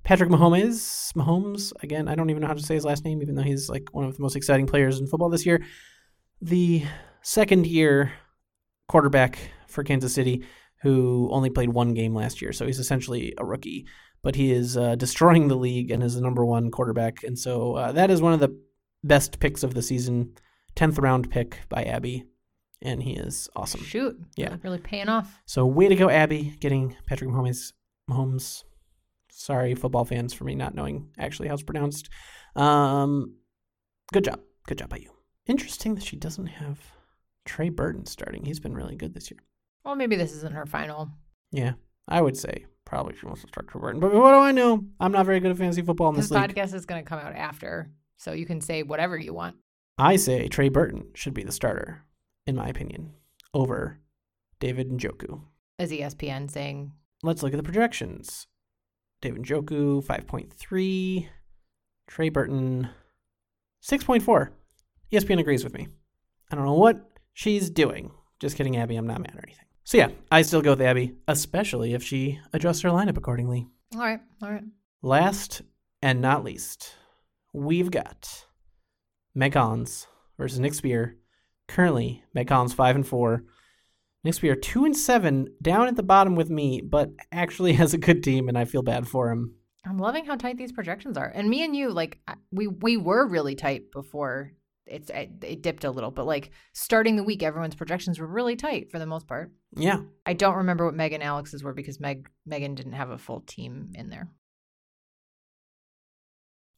Patrick Mahomes, Mahomes again. I don't even know how to say his last name, even though he's like one of the most exciting players in football this year. The second year quarterback for Kansas City, who only played one game last year, so he's essentially a rookie. But he is uh, destroying the league and is the number one quarterback, and so uh, that is one of the best picks of the season. Tenth round pick by Abby, and he is awesome.
Shoot,
Yeah.
really paying off.
So way to go, Abby, getting Patrick Mahomes. Mahomes. Sorry, football fans, for me not knowing actually how it's pronounced. Um, good job, good job by you. Interesting that she doesn't have Trey Burton starting. He's been really good this year.
Well, maybe this isn't her final.
Yeah, I would say probably she wants to start Trey Burton. But what do I know? I'm not very good at fantasy football in
This
this league.
podcast is gonna come out after, so you can say whatever you want.
I say Trey Burton should be the starter, in my opinion, over David Njoku.
As E ESPN saying,
Let's look at the projections. David Njoku, 5.3. Trey Burton, 6.4. ESPN agrees with me. I don't know what she's doing. Just kidding, Abby. I'm not mad or anything. So, yeah, I still go with Abby, especially if she adjusts her lineup accordingly.
"All right, all right."
Last and not least, we've got Matt Collins versus Nick Spear. Currently, Matt Collins five and four. Nick Spear two and seven, down at the bottom with me, but actually has a good team, and I feel bad for him.
I'm loving how tight these projections are. And me and you, like, I- we we were really tight before it's it, it dipped a little, but like starting the week, everyone's projections were really tight for the most part.
Yeah,
I don't remember what Meg and Alex's were because Meg Megan didn't have a full team in there.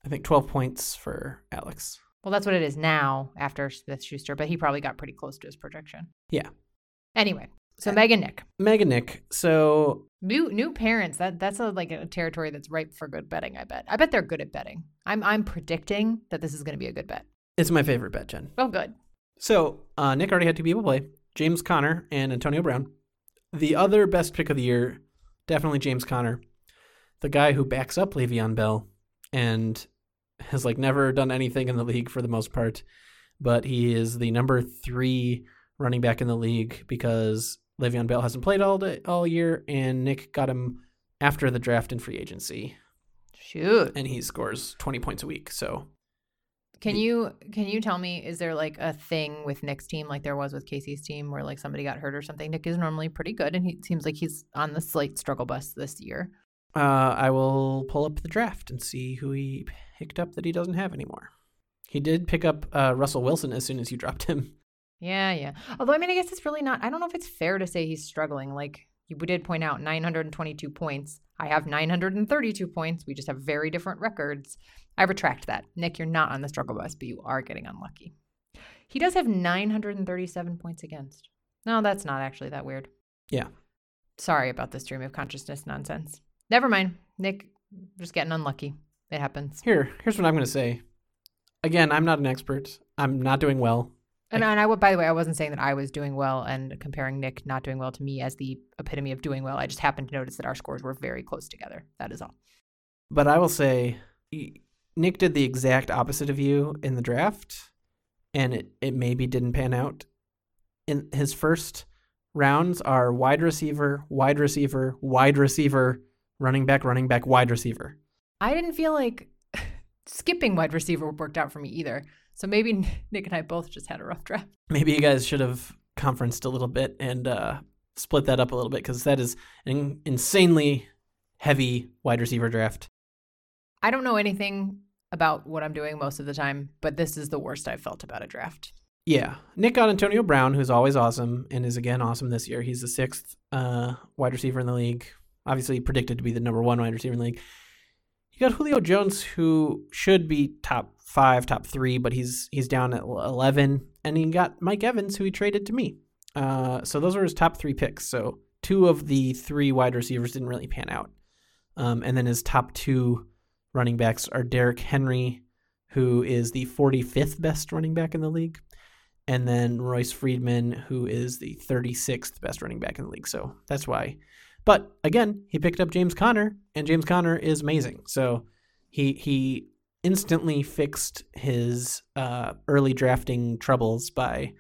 I think twelve points for Alex.
Well, that's what it is now after Smith Schuster, but he probably got pretty close to his projection.
Yeah,
Anyway, so
Okay.
Meg and Nick,
Mega Nick. So
new new parents. That that's a like a territory that's ripe for good betting. I bet. I bet they're good at betting. I'm I'm predicting that this is going to be a good bet.
it's my favorite bet, Jen.
Oh, good.
So uh, Nick already had two people play: James Conner and Antonio Brown. The other best pick of the year, definitely James Conner, the guy who backs up Le'Veon Bell and has like never done anything in the league for the most part, but he is the number three running back in the league because Le'Veon Bell hasn't played all day, all year, and Nick got him after the draft and free agency,
Shoot.
and he scores twenty points a week. So
Can
Y-
you can you tell me is there like a thing with Nick's team like there was with Casey's team where like somebody got hurt or something? Nick is normally pretty good and he seems like he's on the slight struggle bus this year.
Uh, I will pull up the draft and see who he picked up that he doesn't have anymore. He did pick up uh, Russell Wilson as soon as you dropped him.
Yeah, yeah. Although I mean I guess it's really not I don't know if it's fair to say he's struggling. Like you we did point out 922 points. I have 932 points. We just have very different records. I retract that. Nick, you're not on the struggle bus, but you are getting unlucky. He does have 937 points against. No, that's not actually that weird.
Yeah.
sorry about the stream of consciousness nonsense. Never mind. Nick, just getting unlucky. It happens.
Here, here's what I'm going to say. Again, I'm not an expert. I'm not doing well.
And, and I would, by the way, I wasn't saying that I was doing well and comparing Nick not doing well to me as the epitome of doing well. I just happened to notice that our scores were very close together. That is all.
But I will say, y- Nick did the exact opposite of you in the draft, and it, it maybe didn't pan out. In his first rounds are wide receiver, wide receiver, wide receiver, running back, running back, wide receiver.
I didn't feel like skipping wide receiver worked out for me either. So maybe Nick and I both just had a rough draft.
Maybe you guys should have conferenced a little bit and uh, split that up a little bit because that is an insanely heavy wide receiver draft.
I don't know anything about what I'm doing most of the time, but this is the worst I've felt about a draft.
Yeah. Nick got Antonio Brown, who's always awesome and is again awesome this year. He's the sixth uh, wide receiver in the league, obviously predicted to be the number one wide receiver in the league. He got Julio Jones, who should be top five, top three, but he's he's down at 11. And he got Mike Evans, who he traded to me. Uh, so those were his top three picks. So two of the three wide receivers didn't really pan out. Um, and then his top two running backs are Derrick Henry, who is the 45th best running back in the league, and then Royce Freedman, who is the 36th best running back in the league. So that's why. But again, he picked up James Conner, and James Conner is amazing. So he he instantly fixed his uh, early drafting troubles by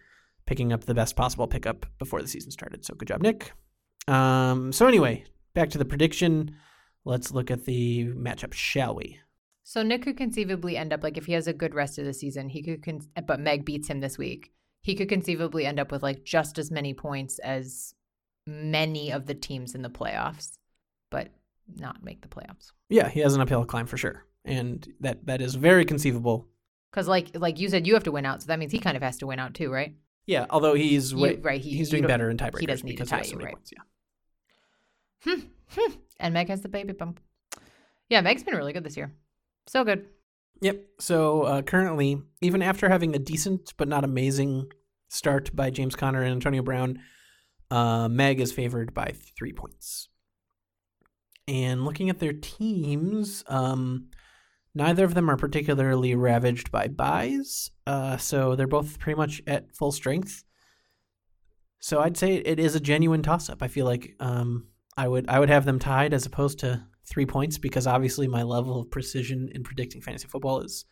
picking up the best possible pickup before the season started. So good job, Nick. Um, so anyway, back to the prediction. Let's look at the matchup, shall we?
So Nick could conceivably end up like if he has a good rest of the season, he could con- but Meg beats him this week. He could conceivably end up with like just as many points as many of the teams in the playoffs, but not make the playoffs.
Yeah, he has an uphill climb for sure, and that that is very conceivable.
Cuz like like you said you have to win out, so that means he kind of has to win out too, right?
Yeah, although he's
You-
way,
right, he-
he's
you
doing
don't-
better in tiebreakers
doesn't need to
because he
tie
has so
you,
many
right.
points. Yeah.
Hmm, hmm. and Meg has the baby bump. Yeah, Meg's been really good this year. So good.
Yep. So uh, currently, even after having a decent but not amazing start by James Conner and Antonio Brown, uh, Meg is favored by three points. And looking at their teams, um, neither of them are particularly ravaged by buys, uh, so they're both pretty much at full strength. So I'd say it is a genuine toss-up. I feel like um, I would I would have them tied as opposed to three points because obviously my level of precision in predicting fantasy football is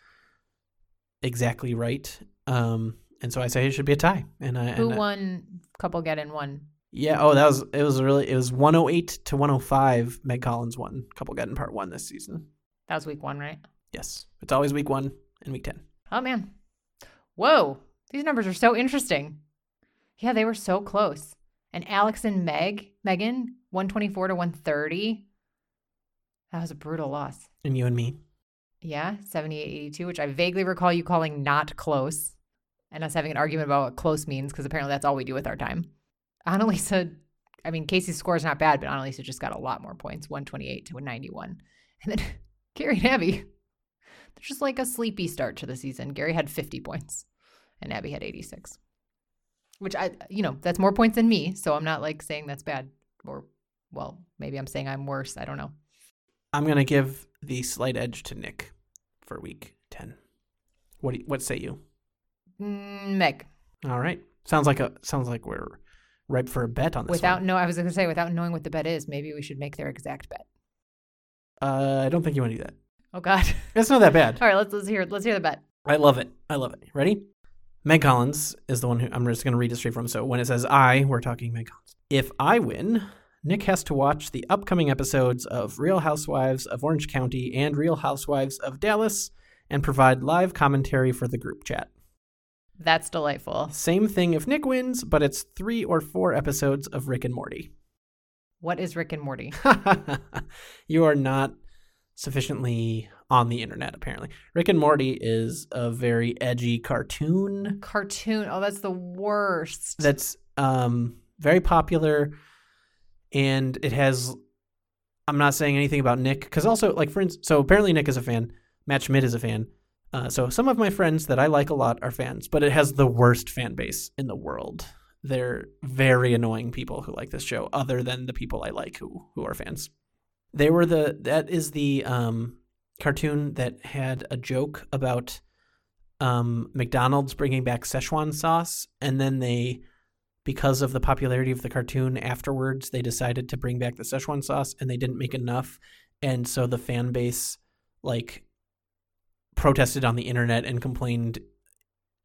exactly right. Um, and so I say it should be a tie. And I
Who
and uh, I-
won couple get in one?
yeah. Oh, that was it. Was really it was one hundred eight to one hundred five. Meg Collins won. Couple got in part one this season.
That was week 1, right?
Yes, it's always week one and week ten.
Oh man. Whoa. These numbers are so interesting. Yeah, they were so close. And Alex and Meg, Megan, 124 to 130. That was a brutal loss.
And you and me.
Yeah, 78 82, which I vaguely recall you calling not close and us having an argument about what close means because apparently that's all we do with our time. Annalisa, I mean, Casey's score is not bad, but Annalisa just got a lot more points 128 to 191. And then Gary and Abby, they're just like a sleepy start to the season. Gary had 50 points and Abby had 86, which I, you know, that's more points than me. So I'm not like saying that's bad or, well, maybe I'm saying I'm worse. I don't know.
I'm gonna give the slight edge to Nick for week ten. What do you, what say you?
Mm, Meg.
All right. Sounds like a sounds like we're ripe for a bet on this.
without
one.
no, I was going to say without knowing what the bet is, maybe we should make their exact bet.
Uh, I don't think you want to do that.
Oh God!
It's not that bad.
All right, let's let's hear let's hear the bet.
I love it. I love it. Ready? Meg Collins is the one who I'm just going to read it straight from. So when it says I, we're talking Meg Collins. If I win, Nick has to watch the upcoming episodes of Real Housewives of Orange County and Real Housewives of Dallas and provide live commentary for the group chat.
That's delightful.
Same thing if Nick wins, but it's three or four episodes of Rick and Morty.
What is Rick and Morty?
you are not sufficiently on the internet, apparently. Rick and Morty is a very edgy cartoon.
Cartoon. Oh, that's the worst.
that's um, very popular and it has i'm not saying anything about nick because also like for instance so apparently nick is a fan matt schmidt is a fan uh, so some of my friends that i like a lot are fans but it has the worst fan base in the world they're very annoying people who like this show other than the people i like who who are fans they were the that is the um cartoon that had a joke about um, McDonald's bringing back Szechuan sauce, and then they, because of the popularity of the cartoon afterwards, they decided to bring back the Szechuan sauce, and they didn't make enough, and so the fan base like protested on the internet and complained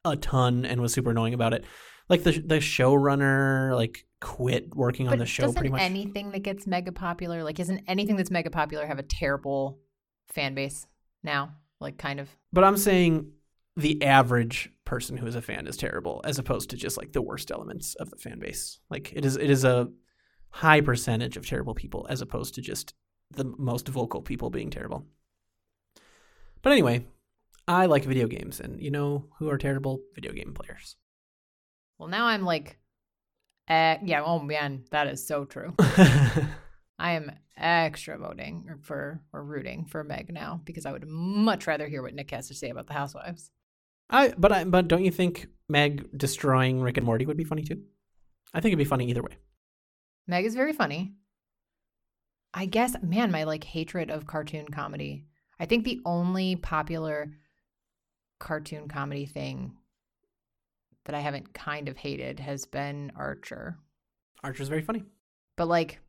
a ton and was super annoying about it. Like the the showrunner like quit working on
But
the show
doesn't
pretty much.
anything that gets mega popular, like isn't anything that's mega popular have a terrible fan base now? Like kind of.
but I'm saying the average person who is a fan is terrible as opposed to just like the worst elements of the fan base. Like it is it is a high percentage of terrible people as opposed to just the most vocal people being terrible. But anyway, I like video games and you know who are terrible video game players.
Well, now I'm like, eh, yeah. Oh man, that is so true. I am extra voting for or rooting for Meg now because I would much rather hear what Nick has to say about the Housewives.
I but I but don't you think Meg destroying Rick and Morty would be funny too? I think it'd be funny either way.
Meg is very funny. I guess, man, my like hatred of cartoon comedy. I think the only popular cartoon comedy thing that I haven't kind of hated has been Archer.
Archer's very funny.
But like,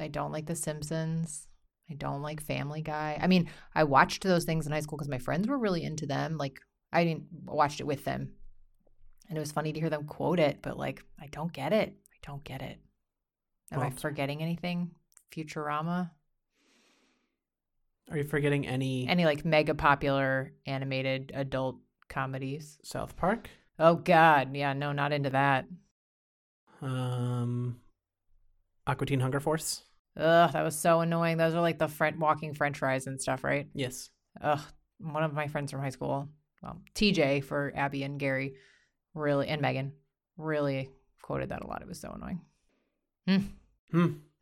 I don't like The Simpsons. I don't like Family Guy. I mean, I watched those things in high school because my friends were really into them. Like, I didn't I watched it with them, and it was funny to hear them quote it. But like, I don't get it. I don't get it. Am I
Well, it's-
forgetting anything? Futurama?
Are you forgetting any
Any like mega popular animated adult comedies?
South Park?
Oh God, yeah, no, not into that.
Um Aqua Teen Hunger Force?
Ugh, that was so annoying. Those are like the French walking French fries and stuff, right?
Yes.
ugh, one of my friends from high school, well, TJ for Abby and Gary, really, and Megan, really quoted that a lot. It was so annoying.
Hmm.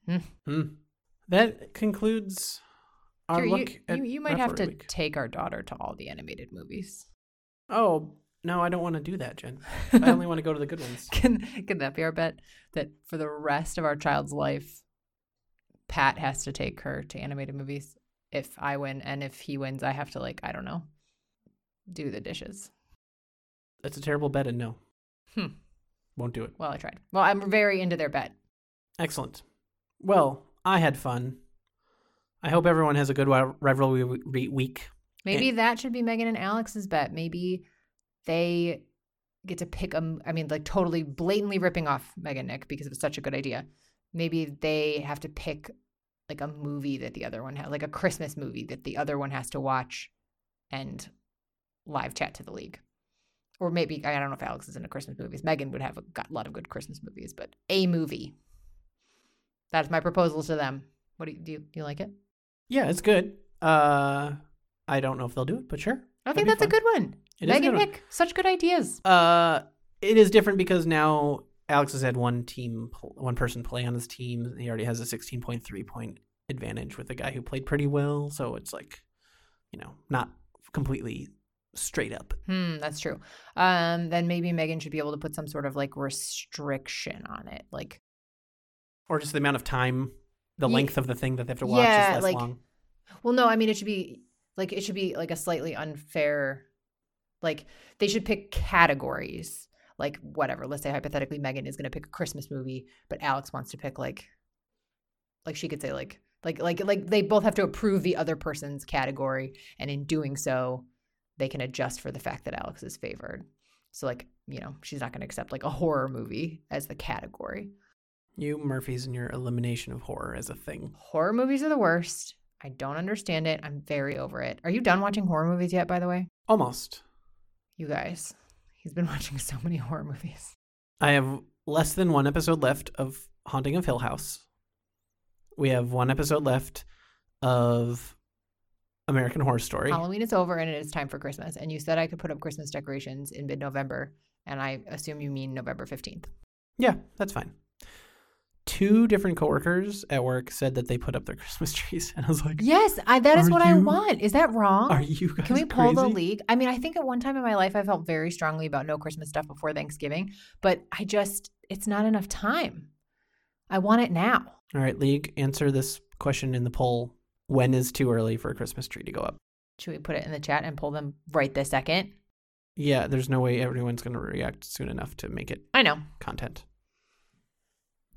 Hmm.
Hmm. That concludes our
Here, you-
look
you,
at
you, might have to
Rivalry Week.
take our daughter to all the animated movies.
Oh, no, I don't want to do that, Jen. I only want to go to the good ones.
Can can that be our bet that for the rest of our child's life, Pat has to take her to animated movies? If I win, and if he wins, I have to like I don't know, do the dishes.
That's a terrible bet and no.
Hmm.
Won't do it.
Well, I tried. Well, I'm very into their bet.
Excellent. Well, I had fun. I hope everyone has a good wi- rivalry we- re- week.
Maybe that should be Megan and Alex's bet. Maybe they get to pick a. I mean, like totally blatantly ripping off Megan Nick because it was such a good idea. Maybe they have to pick like a movie that the other one has, like a Christmas movie that the other one has to watch, and live chat to the league. Or maybe I don't know if Alex is into Christmas movies. Megan would have a got a lot of good Christmas movies, but a movie. That's my proposal to them. What do you do? You, do you like it?
Yeah, it's good. Uh, I don't know if they'll do it, but sure.
I
That'd
think
be
that's
fun.
a good one.
It is a
Megan
good one.
Nick, such good ideas.
Uh, it is different because now Alex has had one team, pl- one person play on his team. He already has a 16.3 point advantage with a guy who played pretty well. So it's like, you know, not completely straight up.
Hmm, that's true. Um, then maybe Megan should be able to put some sort of like restriction on it. Like,
Or just the amount of time, the
Ye-
length of the thing that they have to watch
Yeah,
is less
like-
long.
well, no, I mean it should be like it should be like a slightly unfair. Like they should pick categories. Like whatever. Let's say hypothetically, Megan is going to pick a Christmas movie, but Alex wants to pick like, like she could say like like like like they both have to approve the other person's category, and in doing so, they can adjust for the fact that Alex is favored. So like you know she's not going to accept like a horror movie as the category.
You Murphys and your elimination of horror as a thing.
Horror movies are the worst. I don't understand it. I'm very over it. Are you done watching horror movies yet, by the way?
Almost.
You guys, he's been watching so many horror movies.
I have less than one episode left of Haunting of Hill House. We have one episode left of American Horror Story.
Halloween is over and it is time for Christmas. And you said I could put up Christmas decorations in mid November. And I assume you mean November 15th.
Yeah, that's fine. Two different coworkers at work said that they put up their Christmas trees, and I was like,
Yes, I, that is
Are
what I
you-
want. Is that wrong?
"Are you guys
Can we pull the
crazy?
league? I mean, I think at one time in my life I felt very strongly about no Christmas stuff before Thanksgiving, but I just, it's not enough time. I want it now.
All right, league, answer this question in the poll: When is too early for a Christmas tree to go up?
Should we put it in the chat and pull them right this second?
Yeah, there's no way everyone's going to react soon enough to make it
I know.
content.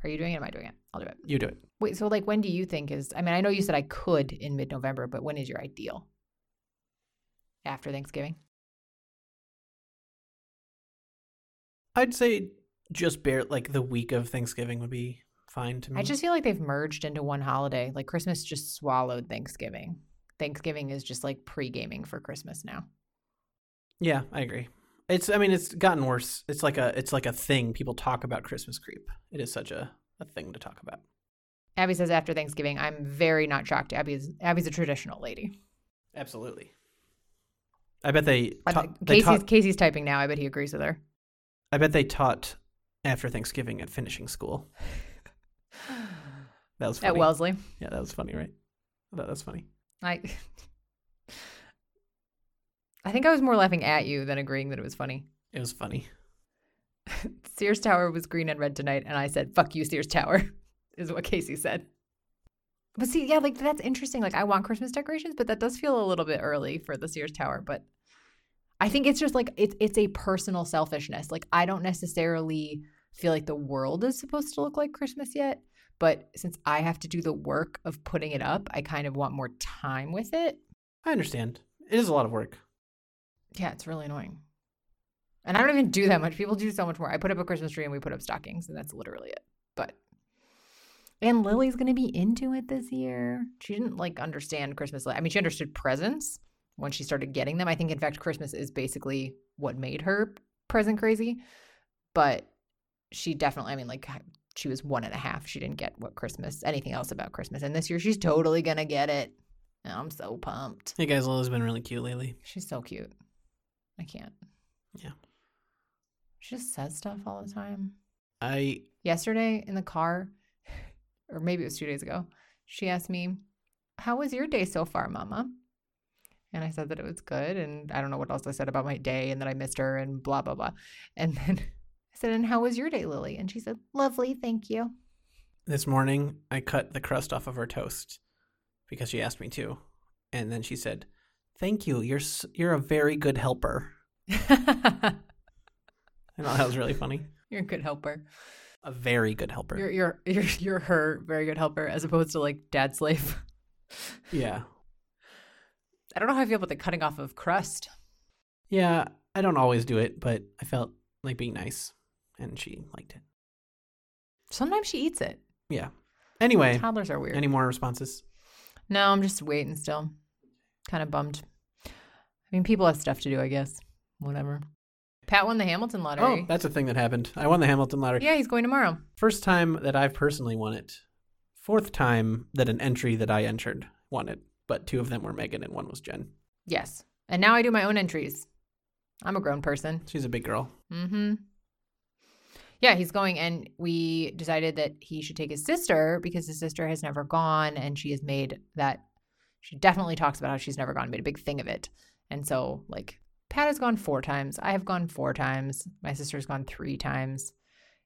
Are you doing it? Am I doing it? I'll do it.
You do it.
Wait, so like when do you think is I mean, I know you said I could in mid November, but when is your ideal? After Thanksgiving?
I'd say just bare like the week of Thanksgiving would be fine to me.
I just feel like they've merged into one holiday. Like Christmas just swallowed Thanksgiving. Thanksgiving is just like pre gaming for Christmas now.
yeah, I agree. It's I mean it's gotten worse. It's like a it's like a thing people talk about Christmas creep. It is such a a thing to talk about.
Abby says after Thanksgiving, I'm very not shocked. Abby's Abby's a traditional lady.
Absolutely. I bet they
I
ta-
bet-
they
Casey's
taught
Casey's typing now. I bet he agrees with her.
I bet they taught after Thanksgiving at finishing school. That was funny.
At Wellesley.
Yeah, that was funny, right? I thought that was funny.
I I think I was more laughing at you than agreeing that it was funny.
It was funny.
Sears Tower was green and red tonight, and I said, fuck you, Sears Tower, is what Casey said. But see, yeah, like that's interesting. Like, I want Christmas decorations, but that does feel a little bit early for the Sears Tower. But I think it's just like it's it's a personal selfishness. Like, I don't necessarily feel like the world is supposed to look like Christmas yet. But since I have to do the work of putting it up, I kind of want more time with it.
I understand. It is a lot of work.
Yeah, it's really annoying. And I don't even do that much. People do so much more. I put up a Christmas tree and we put up stockings, and that's literally it. But and Lily's gonna be into it this year. She didn't like understand Christmas. I mean, she understood presents when she started getting them. I think, in fact, Christmas is basically what made her present crazy. But she definitely, I mean, like she was one and a half. She didn't get what Christmas, anything else about Christmas. And this year, she's totally gonna get it. And I'm so pumped.
Hey guys, Lola's been really cute lately.
She's so cute. I can't.
Yeah.
She just says stuff all the time.
I
Yesterday in the car, or maybe it was two days ago, she asked me, How was your day so far, Mama? And I said that it was good. And I don't know what else I said about my day and that I missed her and blah, blah, blah. And then I said, And how was your day, Lily? And she said, Lovely. Thank you.
this morning I cut the crust off of her toast because she asked me to, and then she said, "Thank you. You're s- you're a very good helper." I thought that was really funny.
You're a good helper.
A very good helper.
You're, you're, you're, you're her very good helper as opposed to like dad slave.
yeah,
I don't know how I feel about the cutting off of crust.
yeah. I don't always do it, but I felt like being nice, and she liked it.
Sometimes she eats it.
Yeah. Anyway,
Toddlers are weird.
any more responses?
no, I'm just waiting still. Kind of bummed. I mean, people have stuff to do, I guess. Whatever. Pat won the Hamilton lottery.
Oh, that's a thing that happened. I won the Hamilton lottery.
yeah, he's going tomorrow.
First time that I've personally won it. Fourth time that an entry that I entered won it, but two of them were Megan and one was Jen.
Yes. And now I do my own entries. I'm a grown person.
She's a big girl.
Mm-hmm. Yeah, he's going, and we decided that he should take his sister because his sister has never gone, and she has made that. She definitely talks about how she's never gone, made a big thing of it, and so like Pat has gone four times, I have gone four times, my sister's gone three times.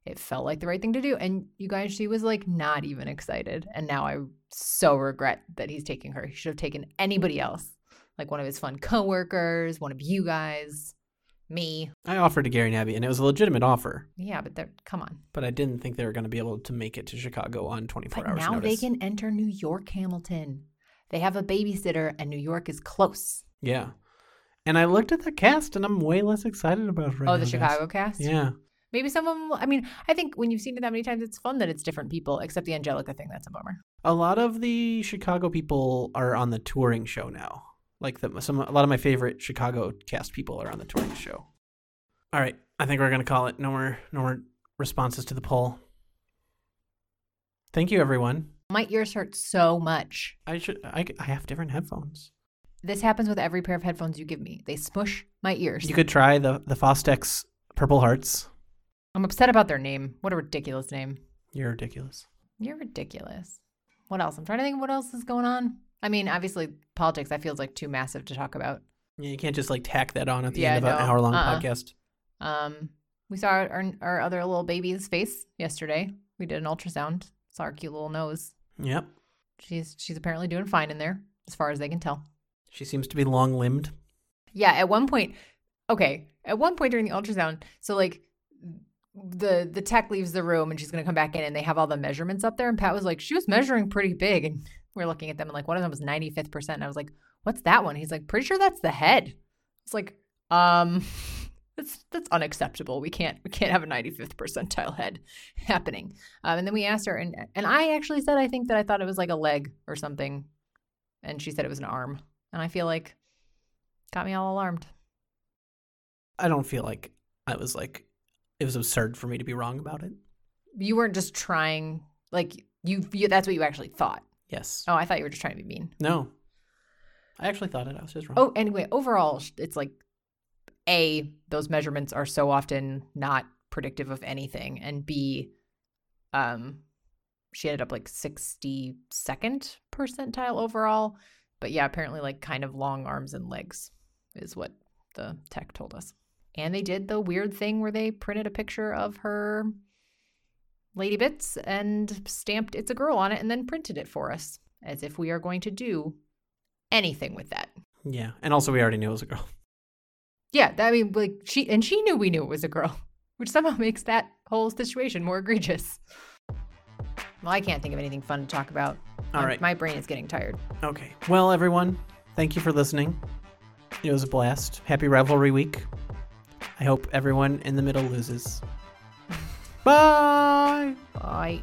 It felt like the right thing to do, and you guys, she was like not even excited, and now I so regret that he's taking her. He should have taken anybody else, like one of his fun coworkers, one of you guys, me.
I offered to Gary and Abby, and it was a legitimate offer,
Yeah, but they're come on.
but I didn't think they were going to be able to make it to Chicago on 24
But
hours
now
notice.
they can enter New York Hamilton. They have a babysitter, and New York is close.
Yeah. And I looked at the cast, and I'm way less excited about it right
oh,
now,
the
guys.
Chicago cast.
Yeah.
Maybe some of them. I mean, I think when you've seen it that many times, it's fun that it's different people. Except the Angelica thing. That's a bummer.
A lot of the Chicago people are on the touring show now. Like the, some, a lot of my favorite Chicago cast people are on the touring show. All right, I think we're gonna call it. No more, no more responses to the poll. Thank you, everyone.
My ears hurt so much.
I should, I, I have different headphones.
This happens with every pair of headphones you give me. They smush my ears.
You could try the the Fostex Purple Hearts.
I'm upset about their name. What a ridiculous name.
You're ridiculous.
You're ridiculous. What else? I'm trying to think of what else is going on. I mean, obviously, politics. That feels like too massive to talk about.
Yeah, you can't just like tack that on at the
Yeah,
end of an
no.
hour long
Uh-uh.
podcast.
Um, we saw our, our, our other little baby's face yesterday. We did an ultrasound. Saw her cute little nose.
Yep,
She's she's apparently doing fine in there, as far as they can tell.
she seems to be long limbed.
Yeah. At one point, okay. At one point during the ultrasound, so like the the tech leaves the room and she's gonna come back in, and they have all the measurements up there. And Pat was like, she was measuring pretty big, and we're looking at them, and like one of them was ninety fifth percent. And I was like, what's that one? He's like, pretty sure that's the head. It's like, um, that's that's unacceptable. We can't we can't have a 95th percentile head happening. Um, and then we asked her, and and I actually said I think that I thought it was like a leg or something, and she said it was an arm, and I feel like got me all alarmed.
I don't feel like I was like it was absurd for me to be wrong about it.
You weren't just trying like you, you that's what you actually thought.
Yes.
Oh, I thought you were just trying to be mean.
No. I actually thought it. I was just wrong.
Oh, anyway, overall, sh- it's like A, those measurements are so often not predictive of anything. And B, um, she ended up like 62nd percentile overall. But yeah, apparently, like kind of long arms and legs is what the tech told us. And they did the weird thing where they printed a picture of her lady bits and stamped it's a girl on it and then printed it for us as if we are going to do anything with that.
Yeah. And also, we already knew it was a girl.
Yeah, that- I mean, like she and she knew we knew it was a girl, which somehow makes that whole situation more egregious. Well, I can't think of anything fun to talk about.
All
My-
right.
Oh, my brain is getting tired.
Okay. Well, everyone, thank you for listening. It was a blast. Happy Rivalry Week. I hope everyone in the middle loses. Bye.
Bye.